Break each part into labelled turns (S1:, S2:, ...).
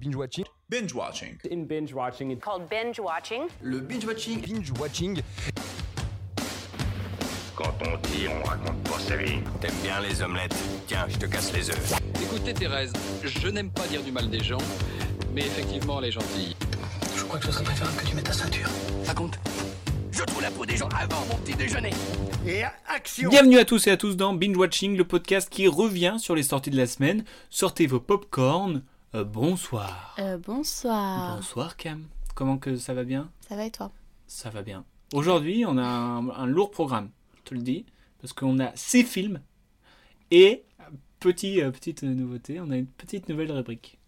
S1: binge watching.
S2: Binge watching.
S3: In binge watching, it's
S4: called binge watching.
S2: Le binge watching.
S1: Binge watching.
S5: Quand on dit, on raconte pas sa vie. T'aimes bien les omelettes Tiens, je te casse les œufs.
S6: Écoutez Thérèse, je n'aime pas dire du mal des gens, mais effectivement elle est gentille.
S7: Je crois que ce serait préférable que tu mettes ta ceinture.
S8: Raconte. Je trouve la peau des gens avant mon petit déjeuner.
S9: Et action
S10: Bienvenue à tous et à tous dans Binge Watching, le podcast qui revient sur les sorties de la semaine. Sortez vos popcorn. Euh, bonsoir.
S11: Euh, bonsoir.
S10: Bonsoir Cam. Comment que ça va bien
S11: Ça va et toi
S10: Ça va bien. Aujourd'hui, on a un, un lourd programme, je te le dis, parce qu'on a six films et petit, euh, petite nouveauté, on a une petite nouvelle rubrique.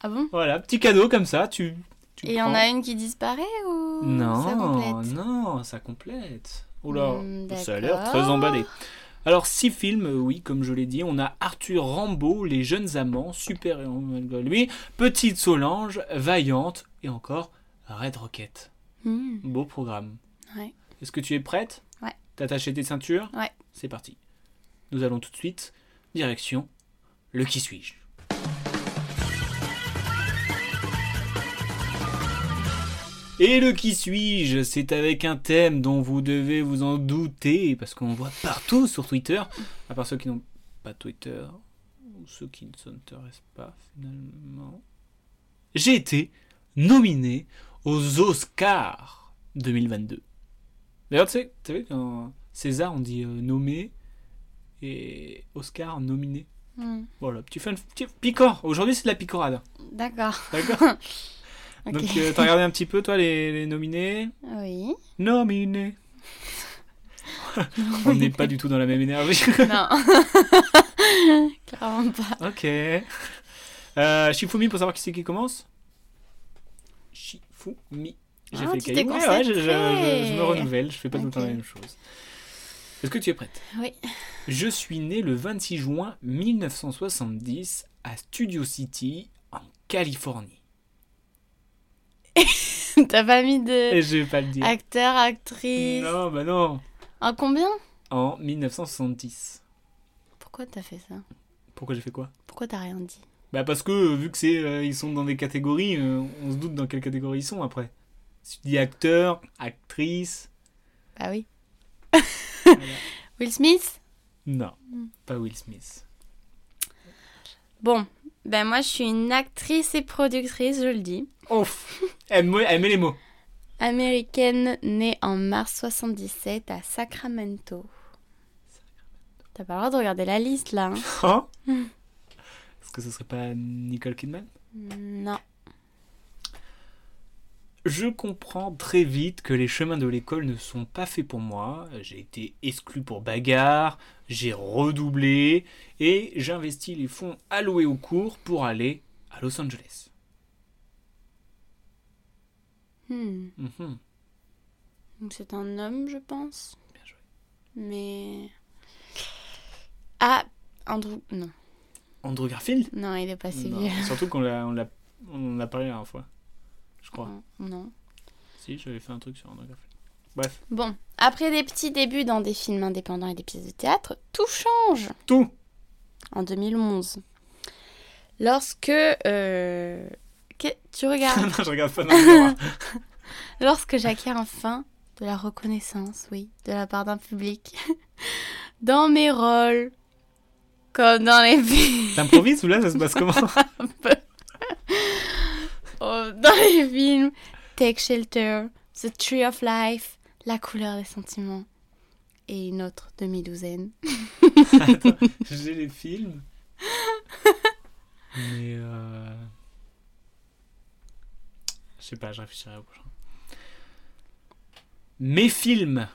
S11: Ah bon
S10: Voilà, petit cadeau comme ça, tu. tu
S11: et il y en a une qui disparaît ou
S10: non,
S11: ça complète
S10: Non, ça complète. Oula,
S11: Hmm,
S10: ça a l'air
S11: d'accord.
S10: très emballé. Alors, six films, euh, oui, comme je l'ai dit, on a Arthur Rambaud, Les Jeunes Amants, Super Héros malgré lui, Petite Solange, Vaillante et encore Red Rocket.
S11: Hmm,
S10: Beau programme.
S11: ouais.
S10: Est-ce que tu es prête
S11: Ouais.
S10: T'as attaché tes ceintures
S11: Ouais.
S10: C'est parti. Nous allons tout de suite, direction le qui suis-je. Et le qui suis-je, c'est avec un thème dont vous devez vous en douter, parce qu'on voit partout sur Twitter, à part ceux qui n'ont pas Twitter, ou ceux qui ne s'intéressent pas finalement. J'ai été nominé aux Oscars 2022. D'ailleurs, tu sais, tu savais qu'en César, on dit euh, nommé et Oscar nominé.
S11: Hmm,
S10: Voilà, petit fun, petit picore. Aujourd'hui, c'est de la picorade. hein.
S11: D'accord.
S10: D'accord
S11: Ok.
S10: Donc, euh, t'as regardé un petit peu, toi, les, les nominés
S11: Oui.
S10: Nominés On n'est pas du tout dans la même énergie.
S11: Non. Clairement pas.
S10: ok. Euh, Shifumi, pour savoir qui c'est qui commence Shifumi. J'ai
S11: Ah,
S10: fait le
S11: tu t'es
S10: cahier. Ouais, ouais, je, je- je- je
S11: concentré.
S10: me renouvelle, je fais pas tout le temps
S11: Ok.
S10: la même chose. Est-ce que tu es prête
S11: Oui.
S10: Je suis né le 26 juin 1970 à Studio City, en Californie.
S11: T'as pas mis
S10: Et
S11: de
S10: je vais pas le dire.
S11: acteur, actrice.
S10: Non, bah non.
S11: En combien
S10: En 1970.
S11: Pourquoi t'as fait ça
S10: Pourquoi j'ai fait quoi
S11: Pourquoi t'as rien dit
S10: Bah parce que euh, vu que c'est euh, ils sont dans des catégories, euh, on se doute dans quelle catégorie ils sont après. Si tu dis acteur, actrice,
S11: Bah oui. Will Smith
S10: non, pas Will Smith.
S11: Bon, ben moi je suis une actrice et productrice, je le dis.
S10: Ouf, elle, me- elle met les mots.
S11: Américaine, née en mars 77 à Sacramento. T'as pas le droit de regarder la liste là. hein.
S10: Hein Est-ce que ce serait pas Nicole Kidman
S11: Non.
S10: Je comprends très vite que les chemins de l'école ne sont pas faits pour moi. J'ai été exclu pour bagarre, j'ai redoublé et j'investis les fonds alloués au cours pour aller à Los Angeles.
S11: Hmm.
S10: Mhm.
S11: Donc c'est un homme, je pense.
S10: Bien joué.
S11: Mais. Ah, Andrew. Non,
S10: Andrew Garfield
S11: non, il est pas si
S10: Non,
S11: vieux.
S10: Surtout qu'on l'a, on l'a, on en a parlé la dernière fois. Je crois.
S11: Non.
S10: Si, j'avais fait un truc sur Andrew Garfield. Bref,
S11: Bon, après des petits débuts dans des films indépendants et des pièces de théâtre, tout change
S10: tout
S11: en 2011. Lorsque. euh, que- Tu regardes.
S10: Non, je regarde pas dans le miroir.
S11: Lorsque j'acquiers enfin de la reconnaissance, oui, de la part d'un public, dans mes rôles, comme dans les films.
S10: T'improvises ou là, ça se passe comment
S11: Oh, dans les films Take Shelter, The Tree of Life, La couleur des sentiments et une autre demi-douzaine.
S10: Attends, j'ai les films. Mais euh... Je sais pas, je réfléchirai au prochain. Mes films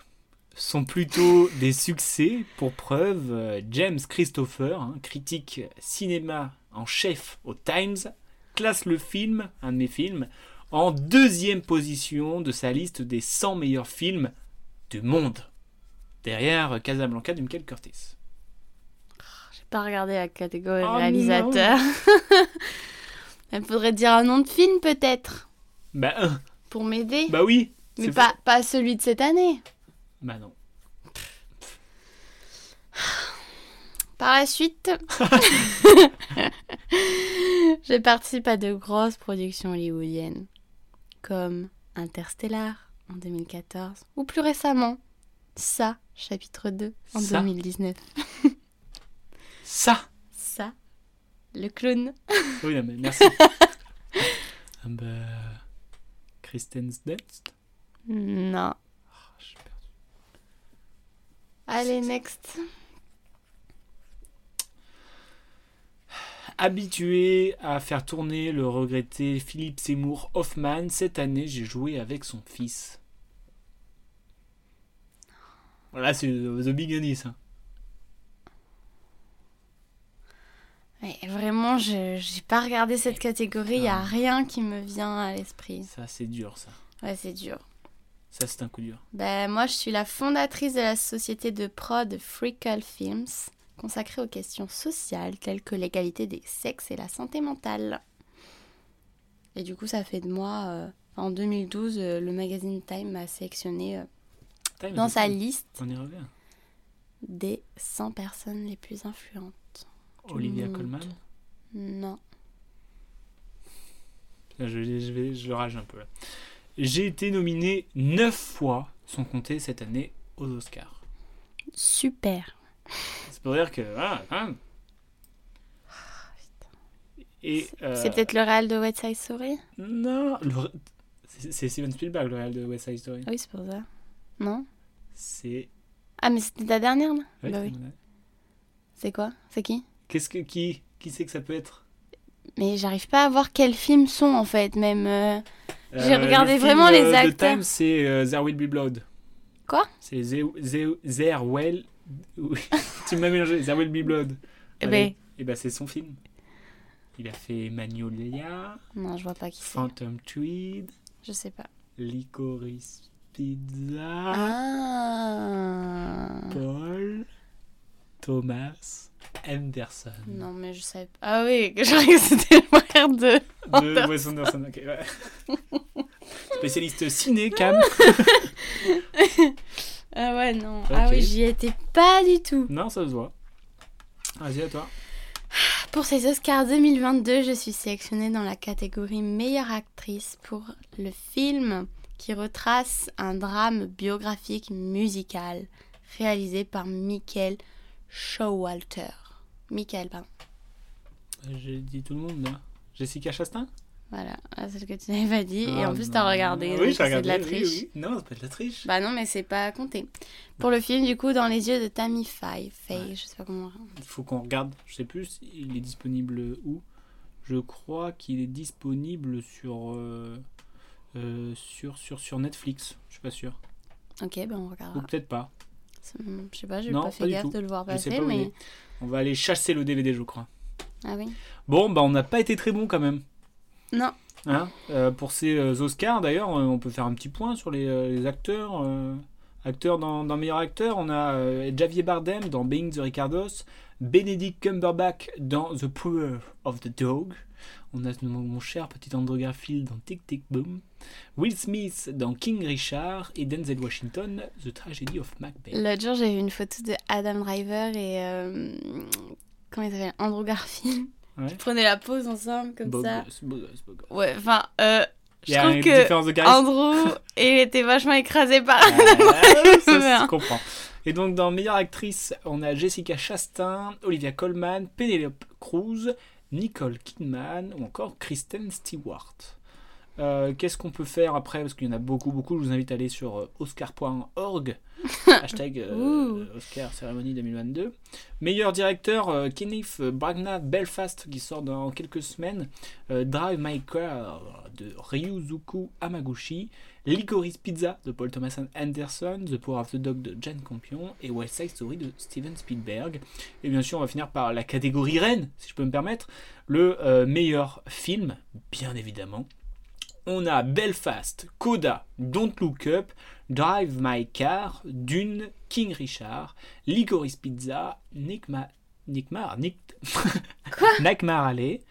S10: sont plutôt des succès. Pour preuve, euh, James Christopher, hein, critique cinéma en chef au Times, classe le film, un de mes films, en deuxième position de sa liste des 100 meilleurs films du monde. Derrière Casablanca du Michael Curtis.
S11: J'ai pas regardé la catégorie
S10: Oh
S11: réalisateur. Il faudrait dire un nom de film peut-être
S10: Bah, euh,
S11: pour m'aider.
S10: bah oui.
S11: Mais
S10: c'est
S11: pas,
S10: fa-
S11: pas celui de cette année.
S10: Bah non.
S11: Par la suite, Je participe à de grosses productions hollywoodiennes, comme Interstellar en 2014, ou plus récemment, Ça, chapitre 2, en
S10: Ça.
S11: 2019.
S10: Ça
S11: Ça, le clown.
S10: Oui, non, mais merci. ah bah. Kristen Dunst
S11: Non.
S10: Ah, je suis perdu.
S11: Allez, next.
S10: Habitué à faire tourner le regretté Philippe Seymour Hoffman, cette année j'ai joué avec son fils. Voilà, c'est The The Big Annie, ça.
S11: Ouais, vraiment, je j'ai pas regardé cette catégorie, il y a rien qui me vient à l'esprit.
S10: Ça, c'est dur, ça.
S11: Ouais, c'est dur.
S10: Ça, c'est un coup dur.
S11: Ben, moi, je suis la fondatrice de la société de prod Freakle Films, consacrée aux questions sociales telles que l'égalité des sexes et la santé mentale. Et du coup, ça fait de moi, euh, en 2012, euh, le magazine Time m'a sélectionné euh,
S10: Time
S11: dans
S10: is
S11: sa Mm.
S10: up.
S11: liste
S10: On y revient.
S11: des 100 personnes les plus influentes.
S10: Olivia
S11: monde.
S10: Colman.
S11: Non.
S10: Là, Je, je vais, je le rage un peu. là. J'ai été nominé 9 fois, sans compter cette année, aux Oscars.
S11: Super.
S10: C'est pour dire que. Voilà, quand même. Et.
S11: Ah, C'est
S10: euh,
S11: peut-être le réel de West Side Story
S10: Non le- C'est c'est Steven Spielberg, le réel de West Side Story.
S11: Ah oui, c'est pour ça. Non
S10: C'est.
S11: Ah, mais c'était ta dernière, là
S10: Ouais,
S11: Bah oui.
S10: c'est-
S11: C'est quoi C'est qui
S10: Qu'est-ce que. Qui, qui c'est que ça peut être
S11: Mais j'arrive pas à voir quels films sont en fait, même. euh, J'ai
S10: Euh,
S11: regardé
S10: le
S11: vraiment
S10: film,
S11: les
S10: euh, de
S11: acteurs.
S10: Time, c'est euh, There Will Be Blood.
S11: Quoi
S10: C'est Ze- Ze- There Will. Oui, tu m'as mélangé, There Will Be Blood.
S11: Eh
S10: Allez. Eh ben, c'est son film. Il a fait Magnolia,
S11: Non, je vois pas qui c'est.
S10: Phantom Tweed,
S11: Je sais pas.
S10: Licorice Pizza,
S11: Ah
S10: Paul, Thomas, Anderson.
S11: Non, mais je savais pas. Ah oui, que je croyais que c'était le frère de.
S10: De Wes Anderson, ok, ouais. Spécialiste ciné, Cam.
S11: Ah ouais, non. Ah
S10: Ok.
S11: oui, j'y étais pas du tout.
S10: Non, ça se voit. Vas-y, à toi.
S11: Pour ces Oscars 2022, je suis sélectionnée dans la catégorie meilleure actrice pour le film qui retrace un drame biographique musical réalisé par Michael Showalter. Michael, pardon.
S10: J'ai dit tout le monde, là. Jessica Chastain
S11: Voilà, ah, celle que tu n'avais pas dit. et
S10: Ah,
S11: en plus,
S10: non.
S11: t'as regardé.
S10: Oui,
S11: donc
S10: j'ai regardé.
S11: C'est de la
S10: oui,
S11: triche.
S10: oui. Non, c'est pas de la triche.
S11: Bah non, mais c'est pas compté. Pour le film, du coup, dans les yeux de Tammy Faye. Faye, je sais pas comment.
S10: Il faut qu'on regarde. Je sais plus, il est disponible où Je crois qu'il est disponible sur, euh, euh, sur, sur, sur Netflix. Je suis pas sûr.
S11: Ok, ben on regardera.
S10: Ou peut-être pas.
S11: C'est- Je sais pas, j'ai
S10: Non,
S11: pas
S10: pas
S11: fait
S10: du
S11: gaffe
S10: tout.
S11: de le voir
S10: Je sais
S11: passer,
S10: pas où il
S11: mais.
S10: est. On va aller chasser le DVD, je crois.
S11: Ah oui.
S10: Bon, bah on n'a pas été très bon quand même.
S11: Non.
S10: Hein Euh, pour ces euh, Oscars, d'ailleurs, euh, on peut faire un petit point sur les, euh, les acteurs. euh, acteurs dans, dans Meilleur Acteur, on a euh, Javier Bardem dans Being the Ricardos, Benedict Cumberbatch dans The Power of the Dog, on a mon, mon cher petit Andrew Garfield dans Tic Tic Boom, Will Smith dans King Richard et Denzel Washington, The Tragedy of Macbeth.
S11: L'autre jour, j'ai vu une photo de Adam Driver et. euh, Comment il s'appelle Andrew Garfield.
S10: Ouais.
S11: Ils prenaient la pause ensemble, comme
S10: Beau
S11: ça.
S10: gosse, beau gosse, beau gosse.
S11: Ouais, enfin, euh,
S10: Il
S11: je
S10: y a
S11: trouve
S10: une
S11: que.
S10: différence de charisme.
S11: Andrew, il était vachement écrasé par.
S10: Ah, ça
S11: Merde.
S10: se comprend. Et donc dans meilleure actrice, on a Jessica Chastain, Olivia Colman, Penelope Cruz, Nicole Kidman ou encore Kristen Stewart. Euh, Qu'est-ce qu'on peut faire après Parce qu'il y en a beaucoup, beaucoup. Je vous invite à aller sur euh, oscar.org. hashtag euh,
S11: Ouh.
S10: Oscar Cérémonie 2022. Meilleur directeur, euh, Kenneth Branagh Belfast, qui sort dans quelques semaines. Euh, Drive My Car de Ryuzuku Hamaguchi. Licorice Pizza de Paul Thomas Anderson, The Power of the Dog de Jane Campion et West Side Story de Steven Spielberg. Et bien sûr, on va finir par la catégorie reine, si je peux me permettre, le euh, meilleur film, bien évidemment. On a Belfast, Coda, Don't Look Up, Drive My Car, Dune, King Richard, Licorice Pizza, Nick Ma... Nick Mar... Nick... Nakmar Alley,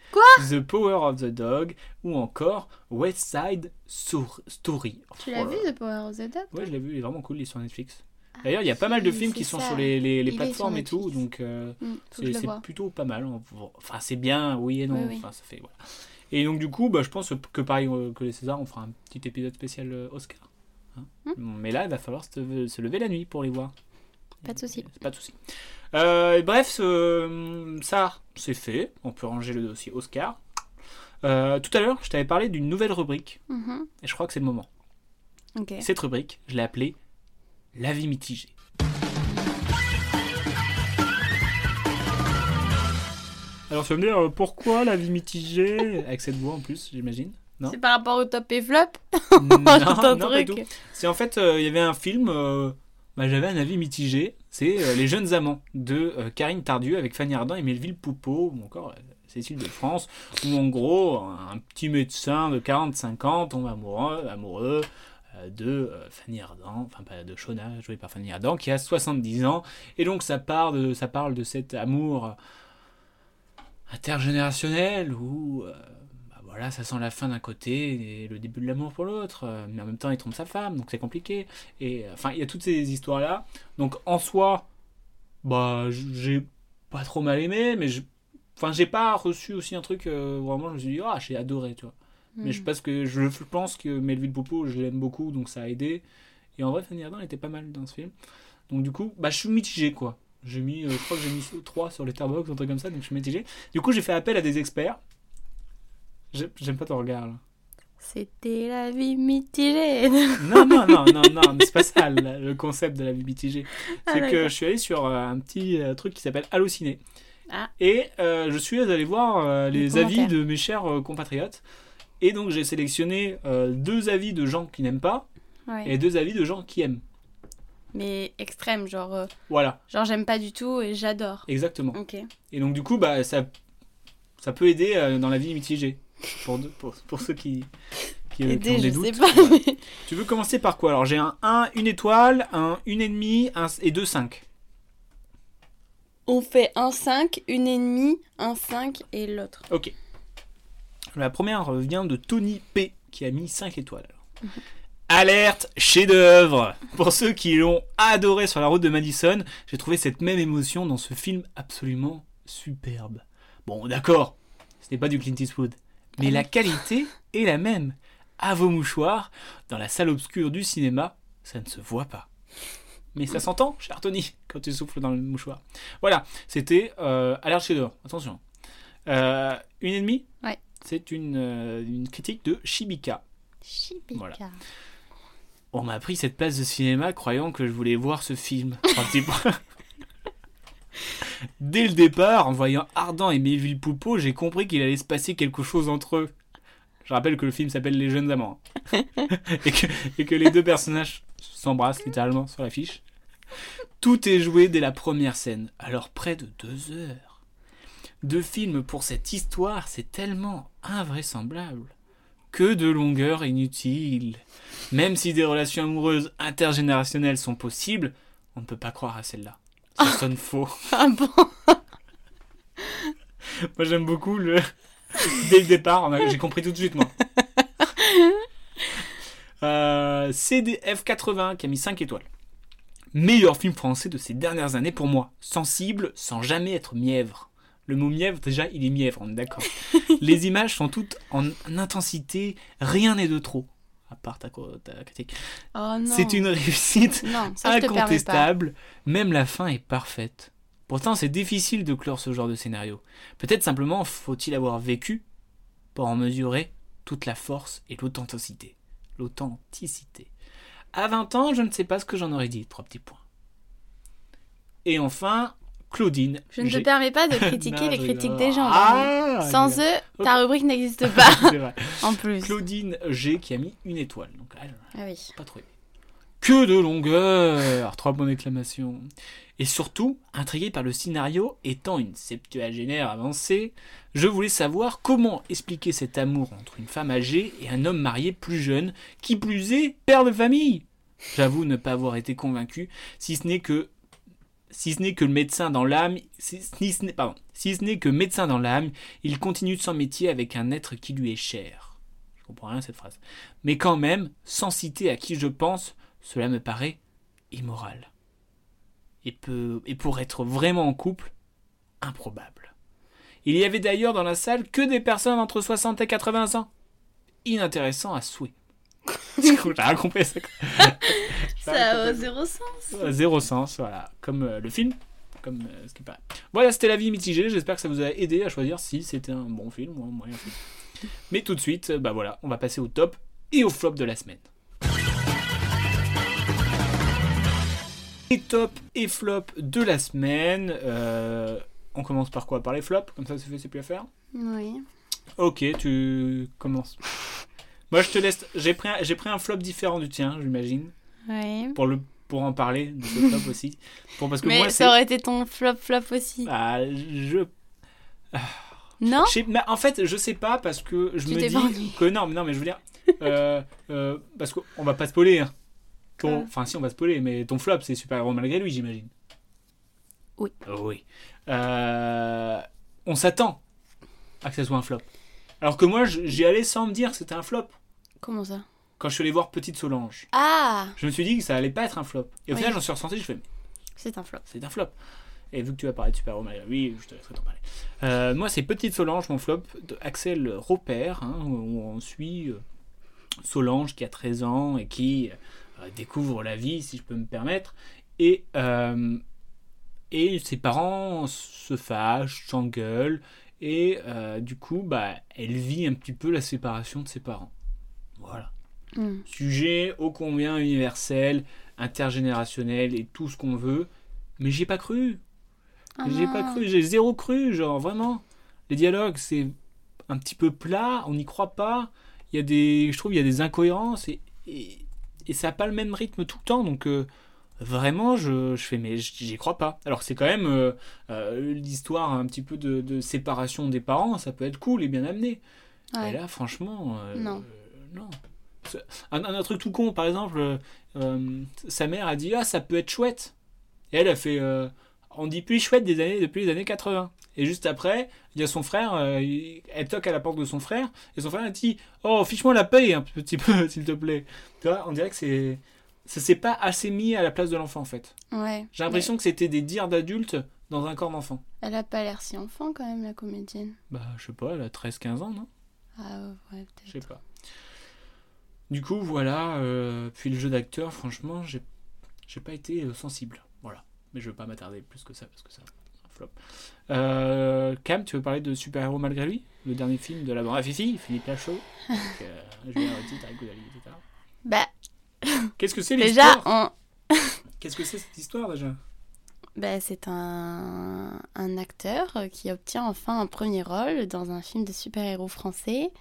S10: The Power of the Dog ou encore West Side Sor- Story.
S11: Tu l'as
S10: Oh là
S11: vu, The Power of the Dog
S10: Ouais, je l'ai vu, il est vraiment cool, il est sur Netflix. D'ailleurs, il y a pas mal de
S11: si,
S10: films qui
S11: c'est
S10: sont
S11: ça.
S10: sur les, les, les
S11: Il est
S10: plateformes
S11: sur
S10: et tout,
S11: Netflix.
S10: donc euh,
S11: Hmm, faut que
S10: c'est
S11: je le
S10: c'est
S11: voie.
S10: plutôt pas mal. hein. Enfin, c'est bien, oui et non.
S11: Oui, oui.
S10: Enfin, ça fait, voilà. Et donc, du coup, bah, je pense que pareil euh, que les Césars, on fera un petit épisode spécial euh, Oscar. hein.
S11: Hmm.
S10: Mais là, il va falloir se, se lever la nuit pour les voir.
S11: Pas de souci.
S10: Pas de souci. Euh, et bref, ce- ça, c'est fait. On peut ranger le dossier Oscar. Euh, tout à l'heure, je t'avais parlé d'une nouvelle rubrique,
S11: Mhm.
S10: et je crois que c'est le moment.
S11: Ok.
S10: Cette rubrique, je l'ai appelée L'avis mitigé. Alors tu vas me dire euh, pourquoi l'avis mitigé Avec cette voix en plus, j'imagine. Non
S11: C'est par rapport au top et flop
S10: Non,
S11: un
S10: non, pas
S11: truc.
S10: du tout. C'est en fait, euh, il y avait un film, euh, bah, j'avais un avis mitigé, c'est euh, Les Jeunes Amants de euh, Karine Tardieu avec Fanny Ardant et Melville Poupeau, ou encore euh, Cécile de France, où en gros, un petit médecin de 40-50 ans tombe amoureux, amoureux euh, de euh, Fanny Ardant, enfin pas de Shona, jouée par Fanny Ardant, qui a 70 ans, et donc ça, part de, ça parle de cet amour intergénérationnel où... euh, bah voilà, ça sent la fin d'un côté et le début de l'amour pour l'autre, euh, mais en même temps il trompe sa femme, donc c'est compliqué. Et euh, enfin, il y a toutes ces histoires là. Donc en soi, bah j- j'ai pas trop mal aimé, mais je, enfin j'ai pas reçu aussi un truc euh, vraiment je me suis dit ah j'ai adoré tu vois. Mais
S11: Hmm.
S10: je pense que je je pense que Melville Poupeau je l'aime beaucoup donc ça a aidé. Et en vrai Fanny Ardant elle était pas mal dans ce film. Donc du coup bah je suis mitigé quoi. J'ai mis, euh, je crois que j'ai mis 3 sur Letterboxd, un truc comme ça, donc je suis mitigé. Du coup, j'ai fait appel à des experts. J'ai- J'aime pas ton regard là.
S11: C'était la vie mitigée.
S10: Non, non, non, non, non, mais c'est pas ça le le concept de la vie mitigée.
S11: Ah,
S10: C'est que
S11: d'accord.
S10: je suis allé sur euh, un petit euh, truc qui s'appelle Allociné.
S11: Ah.
S10: Et euh, je suis allé voir euh,
S11: Les
S10: les avis
S11: commentaires.
S10: de mes chers euh, compatriotes. Et donc j'ai sélectionné euh, deux avis de gens qui n'aiment pas
S11: Ouais.
S10: et deux avis de gens qui aiment.
S11: Mais extrême, genre, euh,
S10: Voilà,
S11: genre j'aime pas du tout et j'adore.
S10: exactement.
S11: Ok.
S10: Et donc du coup, bah, ça, ça peut aider euh, dans la vie mitigée pour, deux- pour, pour ceux qui, qui, euh, qui ont
S11: Aider,
S10: des
S11: je sais
S10: doutes.
S11: pas.
S10: Voilà.
S11: mais-
S10: Tu veux commencer par quoi Alors j'ai un 1, une étoile, un 1,5 un, et deux 5.
S11: On fait un 5, une et demie, un 5 et l'autre.
S10: Ok. La première vient de Tony P qui a mis 5 étoiles. Alerte, chef-d'œuvre Pour ceux qui l'ont adoré sur la route de Madison, j'ai trouvé cette même émotion dans ce film absolument superbe. Bon, d'accord, ce n'est pas du Clint Eastwood, mais la qualité est la même. À vos mouchoirs, dans la salle obscure du cinéma, ça ne se voit pas. Mais ça s'entend, cher Tony, quand tu souffles dans le mouchoir. Voilà, c'était euh, Alerte, chef-d'œuvre. Attention. Euh, une et demie
S11: Ouais.
S10: C'est une, euh, une critique de Shibika.
S11: Chibika.
S10: Voilà. On m'a pris cette place de cinéma croyant que je voulais voir ce film. Enfin, petit point. Dès le départ, en voyant Ardent et Melville Poupeau, j'ai compris qu'il allait se passer quelque chose entre eux. Je rappelle que le film s'appelle Les Jeunes Amants. hein. et, que, et que les deux personnages s'embrassent littéralement sur l'affiche. Tout est joué dès la première scène, alors près de deux heures. Deux films pour cette histoire, c'est tellement invraisemblable. Que de longueur inutile. Même si des relations amoureuses intergénérationnelles sont possibles, on ne peut pas croire à celle-là. Ça sonne faux.
S11: Ah bon
S10: Moi j'aime beaucoup le. Dès le départ, on a- j'ai compris tout de suite moi. Euh, CDF80 qui a mis 5 étoiles. Meilleur film français de ces dernières années pour moi. Sensible sans jamais être mièvre. Le mot mièvre, déjà, il est mièvre, on est d'accord. Les images sont toutes en intensité, rien n'est de trop. À part ta, co- ta critique.
S11: Oh non.
S10: C'est une réussite
S11: Non, ça je te permets pas.
S10: incontestable, même la fin est parfaite. Pourtant, c'est difficile de clore ce genre de scénario. Peut-être simplement faut-il avoir vécu pour en mesurer toute la force et l'authenticité. L'authenticité. À 20 ans, je ne sais pas ce que j'en aurais dit. Trois petits points. Et enfin, Claudine.
S11: Je ne te
S10: G.
S11: permets pas de
S10: Non,
S11: critiquer les
S10: je
S11: critiques
S10: rigole.
S11: des gens. Valérie.
S10: Ah,
S11: Sans
S10: je-
S11: eux, ta rubrique n'existe pas.
S10: C'est vrai.
S11: en plus.
S10: Claudine G qui a mis une étoile. Donc, elle,
S11: Ah oui.
S10: pas trop aimé. Que de longueur Trois bonnes exclamations. Et surtout, intrigué par le scénario, étant une septuagénaire avancée, je voulais savoir comment expliquer cet amour entre une femme âgée et un homme marié plus jeune, qui plus est père de famille. J'avoue ne pas avoir été convaincu, si ce n'est que si ce n'est que le médecin dans l'âme, si, si ce n'est pardon, si ce n'est que médecin dans l'âme, il continue de son métier avec un être qui lui est cher. Je comprends rien à cette phrase mais quand même, sans citer à qui je pense, cela me paraît immoral. et, peut, et pour être vraiment en couple, improbable. Il y avait d'ailleurs dans la salle que des personnes entre 60 et 80 ans. Inintéressant à souhait. J'ai rien compris à ça.
S11: Ça a zéro sens.
S10: Euh, Zéro sens, voilà. Comme euh, le film, comme euh, ce qui paraît. Voilà, c'était la vie mitigée. J'espère que ça vous a aidé à choisir si c'était un bon film ou un moyen film. Mais tout de suite, euh, bah voilà, on va passer au top et au flop de la semaine. Et top et flop de la semaine. Euh, on commence par quoi Par les flops Comme ça, c'est fait, c'est plus à faire.
S11: Oui.
S10: Ok, tu commences. Moi, je te laisse. J'ai pris, un- j'ai pris un flop différent du tien, j'imagine,
S11: Oui.
S10: pour le pour en parler de ce flop aussi. Pour parce que
S11: Mais
S10: moi, c'est
S11: ça aurait été ton flop flop aussi.
S10: Ah, je
S11: Non
S10: Je sais- mais en fait, je sais pas parce que je
S11: Tu
S10: me
S11: t'es
S10: dis
S11: pas ennuyé.
S10: que non, mais non, mais je veux dire, euh, euh, parce qu'on va pas spoiler. Hein. Ton-
S11: Quoi
S10: Enfin, si on va spoiler, mais ton flop, c'est super héros malgré lui, j'imagine.
S11: Oui.
S10: Oui. Euh, on s'attend à que ça soit un flop. Alors que moi, je- j'y allais sans me dire que c'était un flop.
S11: Comment ça
S10: Quand je suis allé voir Petite Solange,
S11: Ah
S10: je me suis dit que ça allait pas être un flop. Et au
S11: Oui.
S10: final, j'en suis ressenti, je fais, mais
S11: C'est un flop.
S10: c'est un flop. Et vu que tu vas parler de Super Héros Malgré lui, je te laisserai t'en parler. Euh, moi, c'est Petite Solange, mon flop, de Axel Repère, hein, où on suit euh, Solange qui a 13 ans et qui euh, découvre la vie, si je peux me permettre. Et, euh, et ses parents se fâchent, s'engueulent, et euh, du coup, bah, elle vit un petit peu la séparation de ses parents. Voilà
S11: Hmm.
S10: sujet ô combien universel, intergénérationnel et tout ce qu'on veut. Mais j'ai pas cru. J'ai pas
S11: Ah.
S10: cru. J'ai zéro cru, genre vraiment. Les dialogues, c'est un petit peu plat. On n'y croit pas. Il y a des, je trouve, il y a des incohérences et, et, et ça a pas le même rythme tout le temps. Donc euh, vraiment, je, je fais, mais j'y crois pas. Alors que c'est quand même euh, euh, l'histoire un petit peu de, de séparation des parents. Ça peut être cool et bien amené.
S11: Ouais.
S10: Et là, franchement. euh,
S11: Non.
S10: euh, non. C'est- Un, un autre truc tout con, par exemple, euh, euh, sa mère a dit Ah, ça peut être chouette. Et elle a fait euh, On dit plus chouette des années, depuis les années 80. Et juste après, il y a son frère, euh, il- elle toque à la porte de son frère, et son frère a dit Oh, fiche-moi la paix un petit peu, s'il te plaît. Tu vois, on dirait que c'est. Ça s'est pas assez mis à la place de l'enfant, en fait.
S11: Ouais.
S10: J'ai l'impression que c'était des dires d'adultes dans un corps d'enfant.
S11: Mais Elle a pas l'air si enfant quand même, la comédienne.
S10: Bah, je sais pas, elle a 13-15 ans, non
S11: Ah ouais,
S10: Je
S11: peut-être.
S10: sais pas. Du coup, voilà. euh, puis le jeu d'acteur, franchement, j'ai, j'ai pas été euh, sensible. Voilà. Mais je veux pas m'attarder plus que ça parce que ça, un flop. Euh, Cam, tu veux parler de Super Héros Malgré lui Le dernier film de la bande à Fifi, Philippe Lachaud. avec, euh, Julien Rotti, Tariq Goudali, etc.
S11: Bah,
S10: Qu'est-ce que c'est
S11: déjà,
S10: l'histoire
S11: on...
S10: Qu'est-ce que c'est cette histoire déjà
S11: bah, c'est un... un acteur euh, qui obtient enfin un premier rôle dans un film de super-héros français.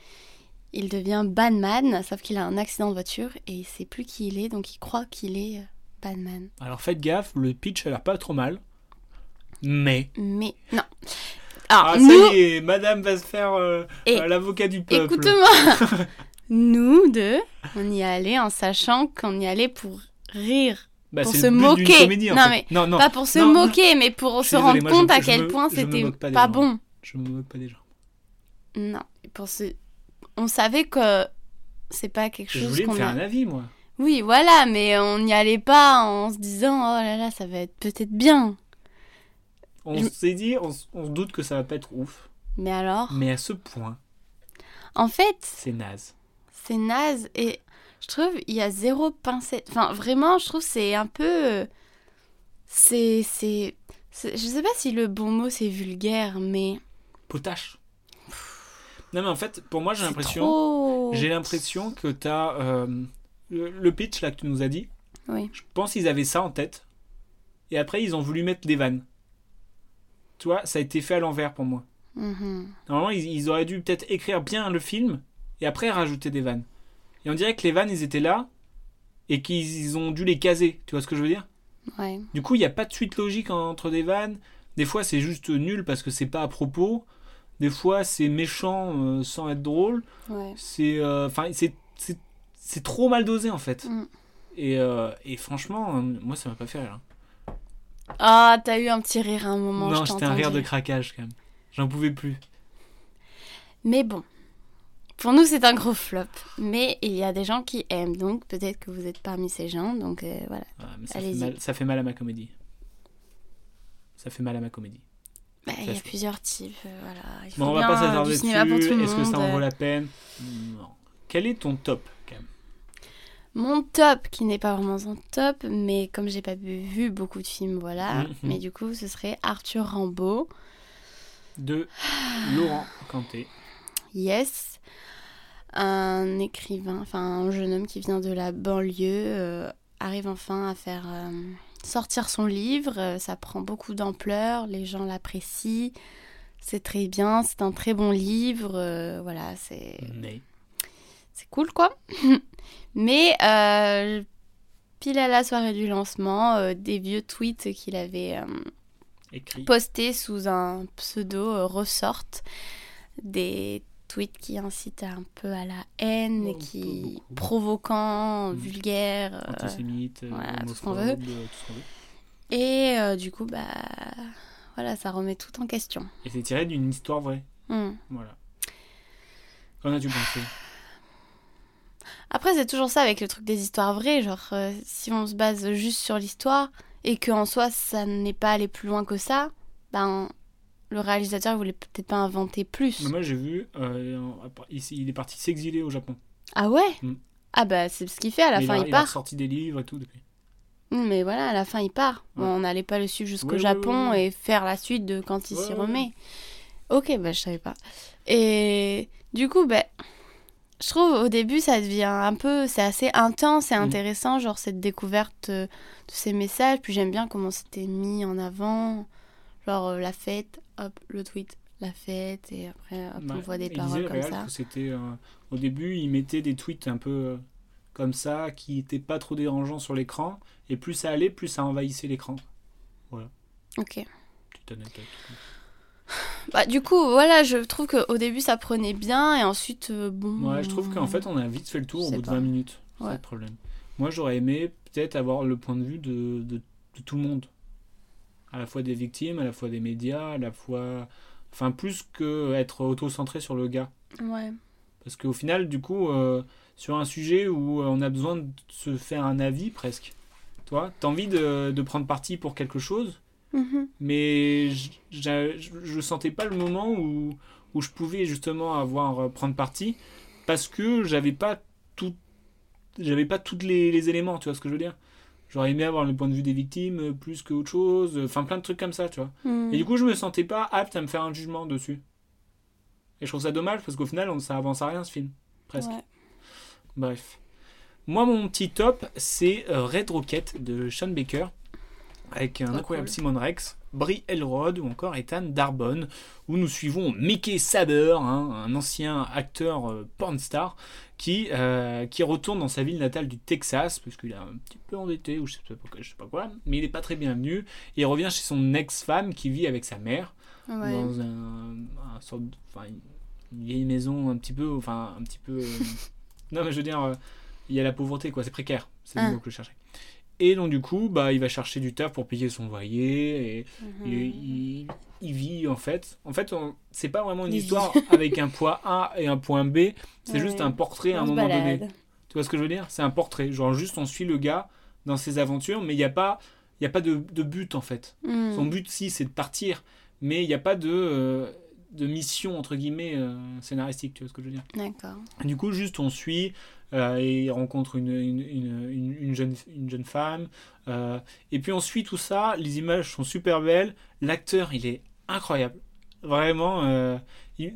S11: Il devient Batman, sauf qu'il a un accident de voiture et il sait plus qui il est, donc il croit qu'il est euh, Batman.
S10: Alors faites gaffe, le pitch a l'air pas trop mal. Mais.
S11: Mais non.
S10: Ah,
S11: Alors,
S10: ça
S11: nous,
S10: y est, madame va se faire euh,
S11: Et-
S10: euh, l'avocat du peuple.
S11: Écoute-moi Nous deux, on y allait en sachant qu'on y allait pour rire.
S10: Bah,
S11: pour
S10: c'est
S11: se
S10: le but d'une
S11: moquer.
S10: comédie, en
S11: Non,
S10: fait.
S11: mais
S10: non, non,
S11: pas pour se
S10: non, non.
S11: moquer, mais pour
S10: suis
S11: se
S10: désolé,
S11: rendre
S10: moi, je-
S11: compte à
S10: je
S11: quel
S10: me-
S11: point
S10: je me
S11: c'était
S10: moque pas
S11: pas,
S10: des gens.
S11: bon.
S10: Je me moque pas des gens.
S11: Non, pour se... on savait que c'est pas quelque
S10: Je
S11: chose
S10: voulais me
S11: qu'on
S10: faire
S11: a...
S10: un avis, moi.
S11: Oui, voilà, mais on n'y allait pas en se disant « Oh là là, ça va être peut-être bien
S10: On
S11: Je-
S10: s'est dit, on, s- on se doute que ça va pas être ouf. ».
S11: Mais alors
S10: Mais à ce point,
S11: En fait,
S10: c'est naze.
S11: c'est naze et je trouve il y a zéro pincette. Enfin vraiment, je trouve c'est un peu euh, c'est c'est c'est- je sais pas si le bon mot c'est vulgaire mais
S10: Potache. Non, mais en fait, pour moi, j'ai
S11: c'est
S10: l'impression.
S11: trop...
S10: J'ai l'impression que t'as. euh, le, le pitch, là, que tu nous as dit.
S11: Oui.
S10: Je pense qu'ils avaient ça en tête. Et après, ils ont voulu mettre des vannes. Tu vois, ça a été fait à l'envers pour moi.
S11: Mhm.
S10: Normalement, ils, ils auraient dû peut-être écrire bien le film et après rajouter des vannes. Et on dirait que les vannes, ils étaient là et qu'ils ils ont dû les caser. Tu vois ce que je veux dire
S11: Ouais.
S10: Du coup, il n'y a pas de suite logique en- entre des vannes. Des fois, c'est juste nul parce que c'est pas à propos. Des fois, c'est méchant euh, sans être drôle.
S11: Ouais.
S10: C'est, euh, enfin, c'est, c'est, c'est trop mal dosé en fait.
S11: Mm.
S10: Et, euh, et franchement, euh, moi, ça m'a pas fait rire.
S11: Ah, t'as eu un petit rire à un moment,
S10: non,
S11: je t'ai
S10: j'étais un rire de
S11: entendu.
S10: craquage quand même. J'en pouvais plus.
S11: Mais bon. Pour nous, c'est un gros flop, mais il y a des gens qui aiment, donc peut-être que vous êtes parmi ces gens, donc euh, voilà.
S10: Ah, mais ça, fait
S11: Allez-y.
S10: mal, ça fait mal à ma comédie. ça fait mal à ma comédie.
S11: Bah,
S10: Ça
S11: Il y
S10: se
S11: a
S10: fait.
S11: plusieurs types, euh, voilà. Il faut
S10: Bon, on va
S11: bien
S10: pas
S11: euh, du
S10: s'attarder
S11: cinéma pour tout
S10: dessus.
S11: le
S10: Est-ce que ça en
S11: monde.
S10: vaut la peine Non. Quel est ton top, quand même
S11: Mon top, qui n'est pas vraiment un top, mais comme j'ai pas bu- vu beaucoup de films, voilà.
S10: Mhm.
S11: Mais du coup, ce serait Arthur Rambaud.
S10: De Laurent Canté.
S11: Yes. Un écrivain, enfin un jeune homme qui vient de la banlieue, euh, arrive enfin à faire euh, sortir son livre. Euh, ça prend beaucoup d'ampleur, les gens l'apprécient. C'est très bien, c'est un très bon livre. euh, voilà, c'est
S10: Mais
S11: c'est cool quoi. Mais euh, pile à la soirée du lancement, euh, des vieux tweets qu'il avait euh,
S10: écrit.
S11: postés sous un pseudo euh, ressortent. Des tweets qui incitent un peu à la haine,
S10: Oh,
S11: et
S10: un peu
S11: qui
S10: beaucoup.
S11: provoquants,
S10: Mm.
S11: vulgaires. euh,
S10: Antisémite, euh,
S11: voilà, tout ce qu'on
S10: homophobe,
S11: veut.
S10: euh, tout ce qu'on veut.
S11: et euh, du coup, bah voilà, ça remet tout en question.
S10: Et c'est tiré d'une histoire vraie.
S11: Mm.
S10: Voilà. Qu'en as-tu pensé
S11: Après, c'est toujours ça avec le truc des histoires vraies. Genre, euh, si on se base juste sur l'histoire et qu'en soi, ça n'est pas allé plus loin que ça, ben, le réalisateur voulait peut-être pas inventer plus.
S10: Mais Moi, j'ai vu, euh, après- il, il est parti s'exiler au Japon.
S11: Ah ouais
S10: Mm.
S11: Ah bah, c'est ce qu'il fait. À la
S10: Mais
S11: fin,
S10: a-
S11: il,
S10: a
S11: part.
S10: sorti des livres et tout depuis.
S11: Mm, Mais voilà, à la fin, il part. Bon,
S10: Ouais.
S11: on n'allait pas le suivre jusqu'au
S10: Ouais, ouais,
S11: Japon
S10: ouais, ouais.
S11: et faire la suite de quand il
S10: Ouais,
S11: s'y
S10: ouais, ouais.
S11: remet. Ok, bah, je savais pas. Et du coup, bah. Je trouve au début ça devient un peu, c'est assez intense et
S10: Mm.
S11: intéressant, genre cette découverte euh, de ces messages. Puis j'aime bien comment c'était mis en avant, genre euh, la fête, hop, le tweet, la fête, et après hop,
S10: Bah,
S11: on voit des
S10: il
S11: paroles
S10: disait,
S11: comme
S10: Réal,
S11: ça.
S10: que c'était euh, au début, il mettait des tweets un peu euh, comme ça, qui n'étaient pas trop dérangeants sur l'écran. Et plus ça allait, plus ça envahissait l'écran.
S11: Ok.
S10: Petite anecdote.
S11: Bah du coup voilà, je trouve qu'au début ça prenait bien et ensuite euh, bon.
S10: Ouais, je trouve qu'en fait, on a vite fait le tour
S11: Je
S10: au
S11: sais
S10: bout de
S11: pas.
S10: 20 minutes. C'est
S11: Ouais.
S10: le problème. Moi, j'aurais aimé peut-être avoir le point de vue de, de- de tout le monde. À la fois des victimes, à la fois des médias, à la fois. Enfin, plus que être auto-centré sur le gars.
S11: Ouais.
S10: Parce qu'au final, du coup, euh, sur un sujet où euh, on a besoin de se faire un avis presque, toi, t'as envie de, de prendre parti pour quelque chose,
S11: Mhm.
S10: mais je- j'a- je je sentais pas le moment où, où je pouvais justement avoir euh, prendre parti parce que j'avais pas tout, j'avais pas tous les, les éléments, tu vois ce que je veux dire. J'aurais aimé avoir le point de vue des victimes euh, plus que autre chose, euh, enfin plein de trucs comme ça, tu vois.
S11: Mm.
S10: Et du coup, je me sentais pas apte à me faire un jugement dessus. Et je trouve ça dommage parce qu'au final, on, ça avance à rien ce film. Presque.
S11: Ouais.
S10: Bref. Moi, mon petit top, c'est euh, Red Rocket de Sean Baker avec un
S11: Oh,
S10: incroyable
S11: cool.
S10: Simon Rex, Brie Elrod ou encore Ethan Darbonne, où nous suivons Mickey Saber, hein, un ancien acteur euh, pornstar, qui, euh, qui retourne dans sa ville natale du Texas, puisqu'il est un petit peu endetté, ou je sais pas, pourquoi- je sais pas quoi, mais il n'est pas très bienvenu, et il revient chez son ex-femme qui vit avec sa mère,
S11: Ouais.
S10: dans un, un sorte de- enfin, une une vieille maison un petit peu enfin un petit peu euh, non mais je veux dire euh, il y a la pauvreté quoi c'est précaire c'est
S11: Ah.
S10: le mot que je cherchais et donc du coup bah il va chercher du taf pour payer son loyer et
S11: Mhm.
S10: il, il- il vit en fait en fait on- c'est pas vraiment une
S11: Il vit.
S10: histoire avec un point A et un point B c'est
S11: Ouais.
S10: juste un portrait à
S11: On
S10: un
S11: se
S10: moment donné
S11: balade.
S10: tu vois ce que je veux dire c'est un portrait genre juste on suit le gars dans ses aventures mais il n'y a pas il y a pas de- de but en fait
S11: Mm.
S10: son but, si, c'est de partir. Mais il n'y a pas de, euh, de mission, entre guillemets, euh, scénaristique, tu vois ce que je veux dire.
S11: D'accord.
S10: Du coup, juste, on suit euh, et il rencontre une, une, une- une- une jeune, une jeune femme. euh, et puis, on suit tout ça. Les images sont super belles. L'acteur, il est incroyable. Vraiment, euh, il,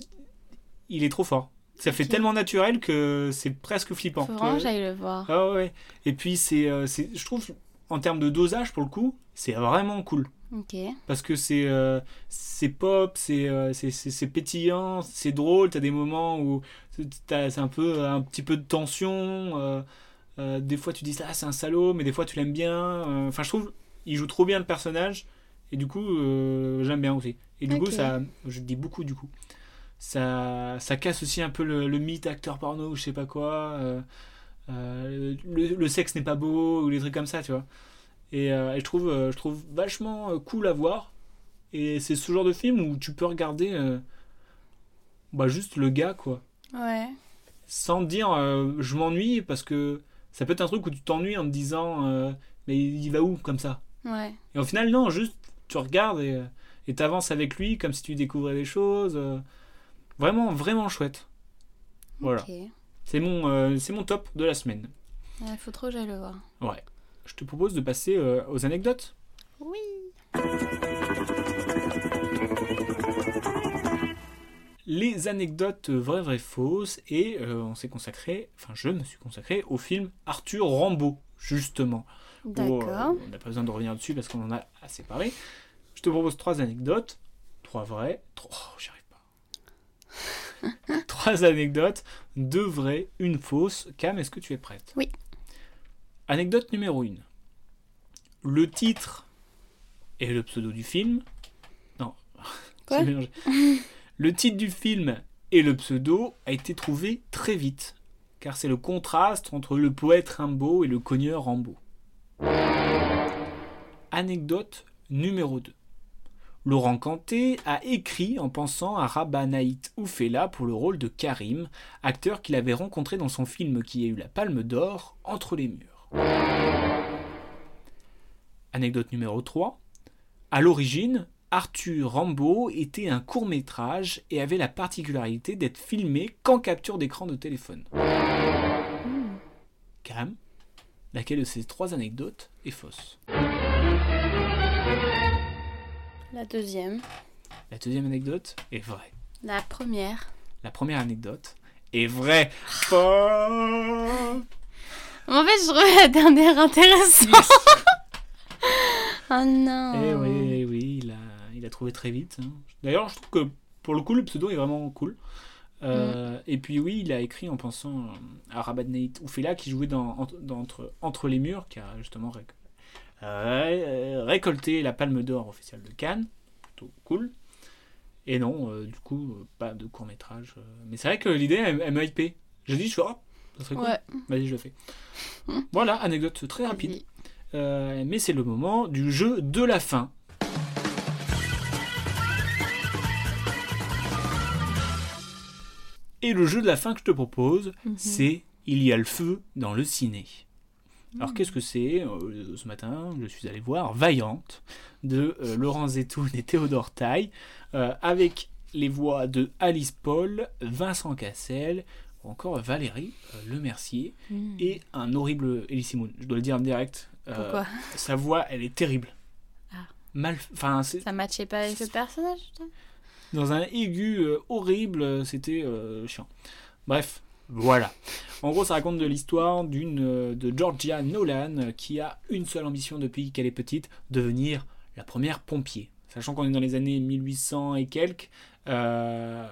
S10: il est trop fort. Ça fait
S11: Ok.
S10: tellement naturel que c'est presque flippant.
S11: Faut
S10: Tu
S11: vraiment
S10: vois.
S11: que j'aille le voir.
S10: Ah ouais. Et puis, c'est, euh, c'est, je trouve, en termes de dosage, pour le coup, c'est vraiment cool
S11: Ok.
S10: parce que c'est euh, c'est pop, c'est euh, c'est- c'est c'est pétillant, c'est drôle, t'as des moments où t'as- c'est un peu un petit peu de tension, euh, euh, des fois tu dis ah c'est un salaud, mais des fois tu l'aimes bien. euh, Enfin je trouve il joue trop bien le personnage et du coup euh, j'aime bien aussi. Et du
S11: Ok.
S10: coup ça, je dis beaucoup du coup, ça ça casse aussi un peu le, le mythe acteur porno ou je sais pas quoi, euh, euh, le, le sexe n'est pas beau ou des trucs comme ça tu vois. Et, euh, et je, trouve, euh, je trouve vachement euh, cool à voir. Et c'est ce genre de film où tu peux regarder euh, bah, juste le gars, quoi.
S11: Ouais.
S10: Sans dire euh, je m'ennuie, parce que ça peut être un truc où tu t'ennuies en te disant euh, mais il va où comme ça
S11: Ouais.
S10: Et au final, non, juste tu regardes et euh, et t'avances avec lui comme si tu découvrais des choses. euh, Vraiment, vraiment chouette. Voilà.
S11: Ok. Il
S10: C'est mon, euh, c'est mon top de la semaine.
S11: faut trop que j'aille le voir.
S10: Je te propose de passer euh, aux anecdotes.
S11: Oui.
S10: Les anecdotes vraies, vraies, fausses. Et euh, on s'est consacré, enfin je me suis consacré au film Arthur Rambaud, justement. Où, euh,
S11: D'accord.
S10: on n'a pas besoin de revenir dessus parce qu'on en a assez parlé. Je te propose trois anecdotes. Trois vraies. Trois... Oh, j'y arrive pas. trois anecdotes. Deux vraies, une fausse. Cam, est-ce que tu es prête
S11: Oui.
S10: Anecdote numéro une. Le titre et le pseudo du film. Non.
S11: Quoi
S10: c'est mélangé. Le titre du film et le pseudo a été trouvé très vite, car c'est le contraste entre le poète Rimbaud et le cogneur Rambaud. Anecdote numéro 2. Laurent Canté a écrit en pensant à Rabah Naït Oufella pour le rôle de Karim, acteur qu'il avait rencontré dans son film qui a eu la Palme d'Or, Entre les murs. Anecdote numéro 3. À l'origine, Arthur Rambaud était un court-métrage et avait la particularité d'être filmé qu'en capture d'écran de téléphone. Cam, laquelle de ces trois anecdotes est fausse
S11: La deuxième.
S10: La deuxième anecdote est vraie.
S11: La première.
S10: La première anecdote est vraie. Faux.
S11: En fait, je trouvais la dernière intéressante. oh non.
S10: Eh oui, eh oui, il a, il a trouvé très vite. hein. D'ailleurs, je trouve que pour le coup, le pseudo est vraiment cool. Euh, Et puis oui, il a écrit en pensant euh, à Rabat Neit Oufella qui jouait dans, entre, dans entre, Entre les murs, qui a justement réc- euh, récolté la Palme d'Or officielle de Cannes. Plutôt cool. Et non, euh, du coup, euh, pas de court métrage. Mais c'est vrai que l'idée, elle, elle m'a hypé. J'ai dit, je suis, oh, ça serait cool.
S11: Ouais.
S10: Vas-y, je le fais. voilà, anecdote très rapide. Euh, mais c'est le moment du jeu de la fin. Et le jeu de la fin que je te propose,
S11: Mhm.
S10: c'est Il y a le feu dans le ciné.
S11: Mhm.
S10: Alors qu'est-ce que c'est Euh, Ce matin, je suis allé voir Vaillante de euh, Laurent Zetoun et Théodore Taille euh, avec les voix de Alice Paul, Vincent Cassel ou encore Valérie euh, Lemercier
S11: Mhm.
S10: et un horrible Elysée Moon. Je dois le dire en direct. Euh,
S11: Pourquoi
S10: Sa voix, elle est terrible.
S11: Ah.
S10: Mal, enfin, c'est
S11: Ça matchait pas avec le personnage putain
S10: dans un aigu euh, horrible, euh, c'était euh, chiant. Bref, voilà. En gros, ça raconte de l'histoire d'une euh, de Georgia Nolan euh, qui a une seule ambition depuis qu'elle est petite, devenir la première pompier. Sachant qu'on est dans les années 1800 et quelques, euh,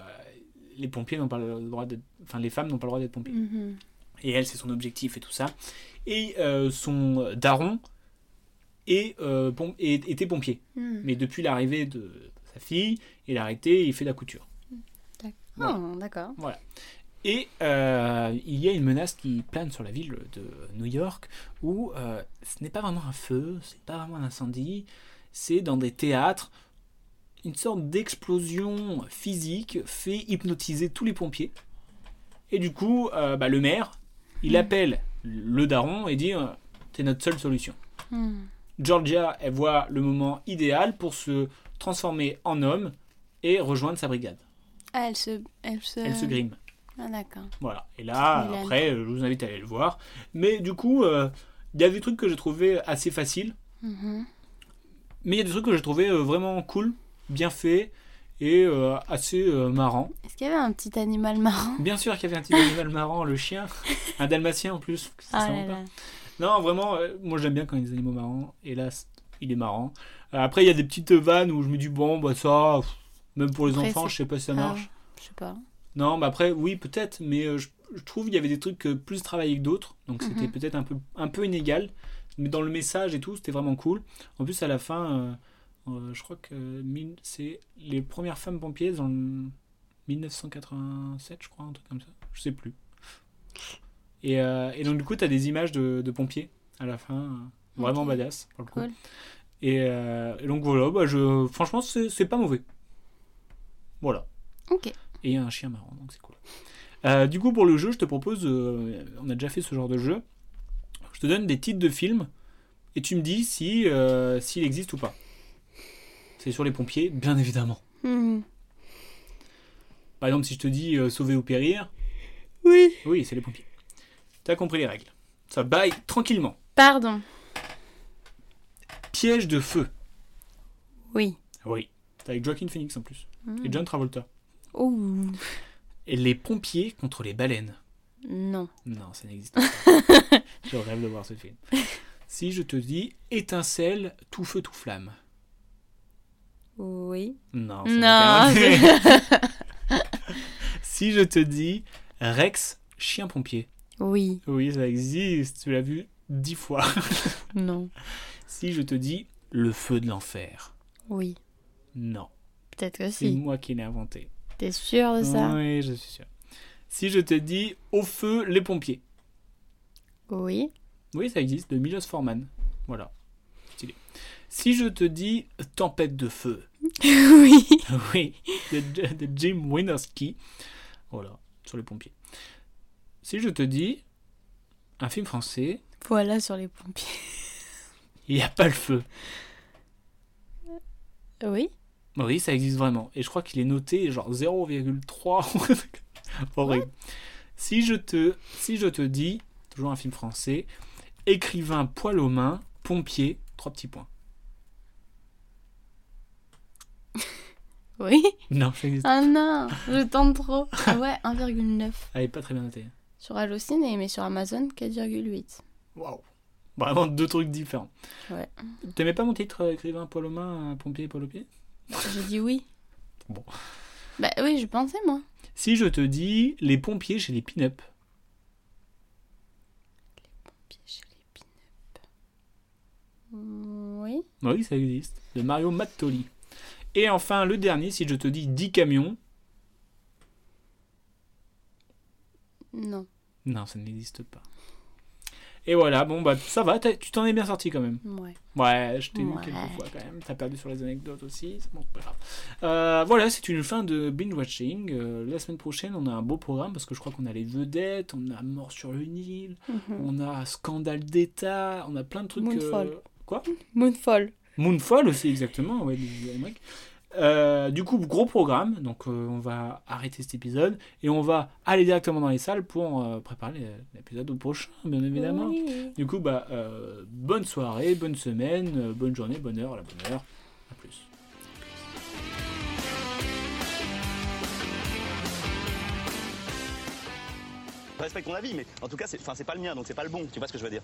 S10: les pompiers n'ont pas le droit d'être, enfin les femmes n'ont pas le droit d'être pompiers
S11: Mhm.
S10: et elle c'est son objectif et tout ça et euh, son daron est, euh, pom- est- était pompier
S11: Mhm.
S10: mais depuis l'arrivée de sa fille il a arrêté il fait de la couture voilà.
S11: Oh, d'accord.
S10: et euh, il y a une menace qui plane sur la ville de New York où euh, ce n'est pas vraiment un feu c'est pas vraiment un incendie c'est dans des théâtres une sorte d'explosion physique fait hypnotiser tous les pompiers et du coup euh, bah, le maire il appelle le daron et dit euh, t'es notre seule solution
S11: Mhm.
S10: Georgia, elle voit le moment idéal pour se transformer en homme et rejoindre sa brigade.
S11: Ah, elle se. Elle se.
S10: Elle se grime.
S11: Ah, d'accord.
S10: Voilà. Et là,
S11: Milan.
S10: après, euh, je vous invite à aller le voir. Mais du coup, euh, il y a des trucs que j'ai trouvé assez faciles.
S11: Mhm.
S10: Mais il y a des trucs que j'ai trouvé euh, vraiment cool, bien fait et euh, assez euh, marrant.
S11: Est-ce qu'il y avait un petit animal marrant
S10: Bien sûr qu'il y avait un petit animal marrant, le chien. Un dalmatien en plus. ça
S11: Ah
S10: se
S11: là
S10: rend pas.
S11: là.
S10: Non, vraiment, euh, moi j'aime bien quand il y a des animaux marrants. Et là, c'est- il est marrant. Euh, après, il y a des petites vannes où je me dis, bon, bah ça, pff, même pour les
S11: Après,
S10: enfants,
S11: c'est-
S10: je sais pas si ça
S11: Ah,
S10: marche.
S11: Je sais pas.
S10: Non, mais après, oui, peut-être, mais euh, je, je trouve qu'il y avait des trucs euh, plus travaillés que d'autres, donc c'était
S11: Mhm.
S10: peut-être un peu, un peu inégal, mais dans le message et tout, c'était vraiment cool. En plus, à la fin, euh, euh, je crois que euh, mille- c'est les premières femmes pompiers dans le 1987, je crois, un truc comme ça, je sais plus. Et, euh, et donc, du coup, tu as des images de, de pompiers à la fin, euh, vraiment
S11: Ok.
S10: badass, pour le coup.
S11: Cool.
S10: Et, euh, et donc, voilà, bah, je, franchement, c'est c'est pas mauvais. Voilà.
S11: Ok.
S10: Et il y a un chien marrant, donc c'est cool. Euh, du coup, pour le jeu, je te propose. euh, on a déjà fait ce genre de jeu. Je te donne des titres de films et tu me dis si euh, s'il existe ou pas. c'est sur les pompiers, bien évidemment.
S11: Mhm.
S10: Par exemple, si je te dis euh, sauver ou périr,
S11: Oui.
S10: oui, c'est les pompiers. T'as compris les règles. Ça baille tranquillement.
S11: Pardon.
S10: Piège de feu.
S11: Oui.
S10: Oui. C'est avec Joaquin Phoenix en plus.
S11: Hmm.
S10: Et John Travolta.
S11: Ouh.
S10: Et les pompiers contre les baleines.
S11: Non.
S10: Non, ça n'existe pas. je rêve de voir ce film. Si je te dis étincelle, tout feu, tout flamme.
S11: Oui.
S10: Non. ça n'a
S11: Non.
S10: aucun
S11: c'est-
S10: intérêt. si je te dis Rex, chien pompier.
S11: Oui.
S10: Oui, ça existe. Tu l'as vu dix fois.
S11: Non.
S10: si je te dis le feu de l'enfer.
S11: Oui.
S10: Non.
S11: Peut-être que
S10: C'est
S11: si.
S10: moi qui l'ai inventé.
S11: T'es sûr de ça
S10: Oui, je suis sûr. Si je te dis au feu, les pompiers.
S11: Oui.
S10: Oui, ça existe, de Milos Forman. Voilà. Stylé. Si je te dis tempête de feu.
S11: Oui.
S10: Oui, de, de Jim Wynorski. Voilà, sur les pompiers. Si je te dis un film français,
S11: Voilà sur les pompiers.
S10: il n'y a pas le feu.
S11: Oui.
S10: Oui, ça existe vraiment. Et je crois qu'il est noté genre 0,3. Horrible. Si je, te, si je te dis, toujours un film français, écrivain poil aux mains, pompier, trois petits points.
S11: Oui.
S10: Non, ça existe.
S11: Ah non, je tente trop. Ah ouais, 1,9
S10: Elle est pas très bien notée.
S11: sur Allociné, mais sur Amazon, 4,8.
S10: Waouh. Vraiment deux trucs différents.
S11: Ouais.
S10: T'aimais pas mon titre, euh, écrivain poil aux mains, euh, pompier, poil aux pieds
S11: J'ai dit oui.
S10: Bon.
S11: Bah oui, je pensais moi.
S10: Si je te dis les pompiers chez les pin-up.
S11: Piège les pin-up. Mm, Oui.
S10: Bah Oui, ça existe. De Mario Mattoli. Et enfin, le dernier, si je te dis 10 camions.
S11: Non.
S10: Non, ça n'existe pas. Et voilà, bon, bah ça va, t'as- tu t'en es bien sorti quand même.
S11: Ouais.
S10: Ouais, je t'ai eu
S11: Ouais.
S10: quelques fois quand même. T'as perdu sur les anecdotes aussi, c'est bon, c'est pas grave. Euh, voilà, c'est une fin de binge watching. Euh, la semaine prochaine, on a un beau programme parce que je crois qu'on a les vedettes, on a Mort sur le Nil, on a Scandale d'État, on a plein de trucs. euh,
S11: Moonfall.
S10: Quoi
S11: Moonfall.
S10: Moonfall aussi, exactement, ouais, du- du mec. Euh, du coup, gros programme, donc euh, on va arrêter cet épisode et on va aller directement dans les salles pour euh, préparer euh, l'épisode au prochain, bien évidemment.
S11: Oui.
S10: Du coup, bah, euh, bonne soirée, bonne semaine, euh, bonne journée, bonne heure, à la bonne heure, à plus.
S1: Je respecte ton avis, mais en tout cas, c'est enfin, c'est pas le mien, donc c'est pas le bon. Tu vois ce que je veux dire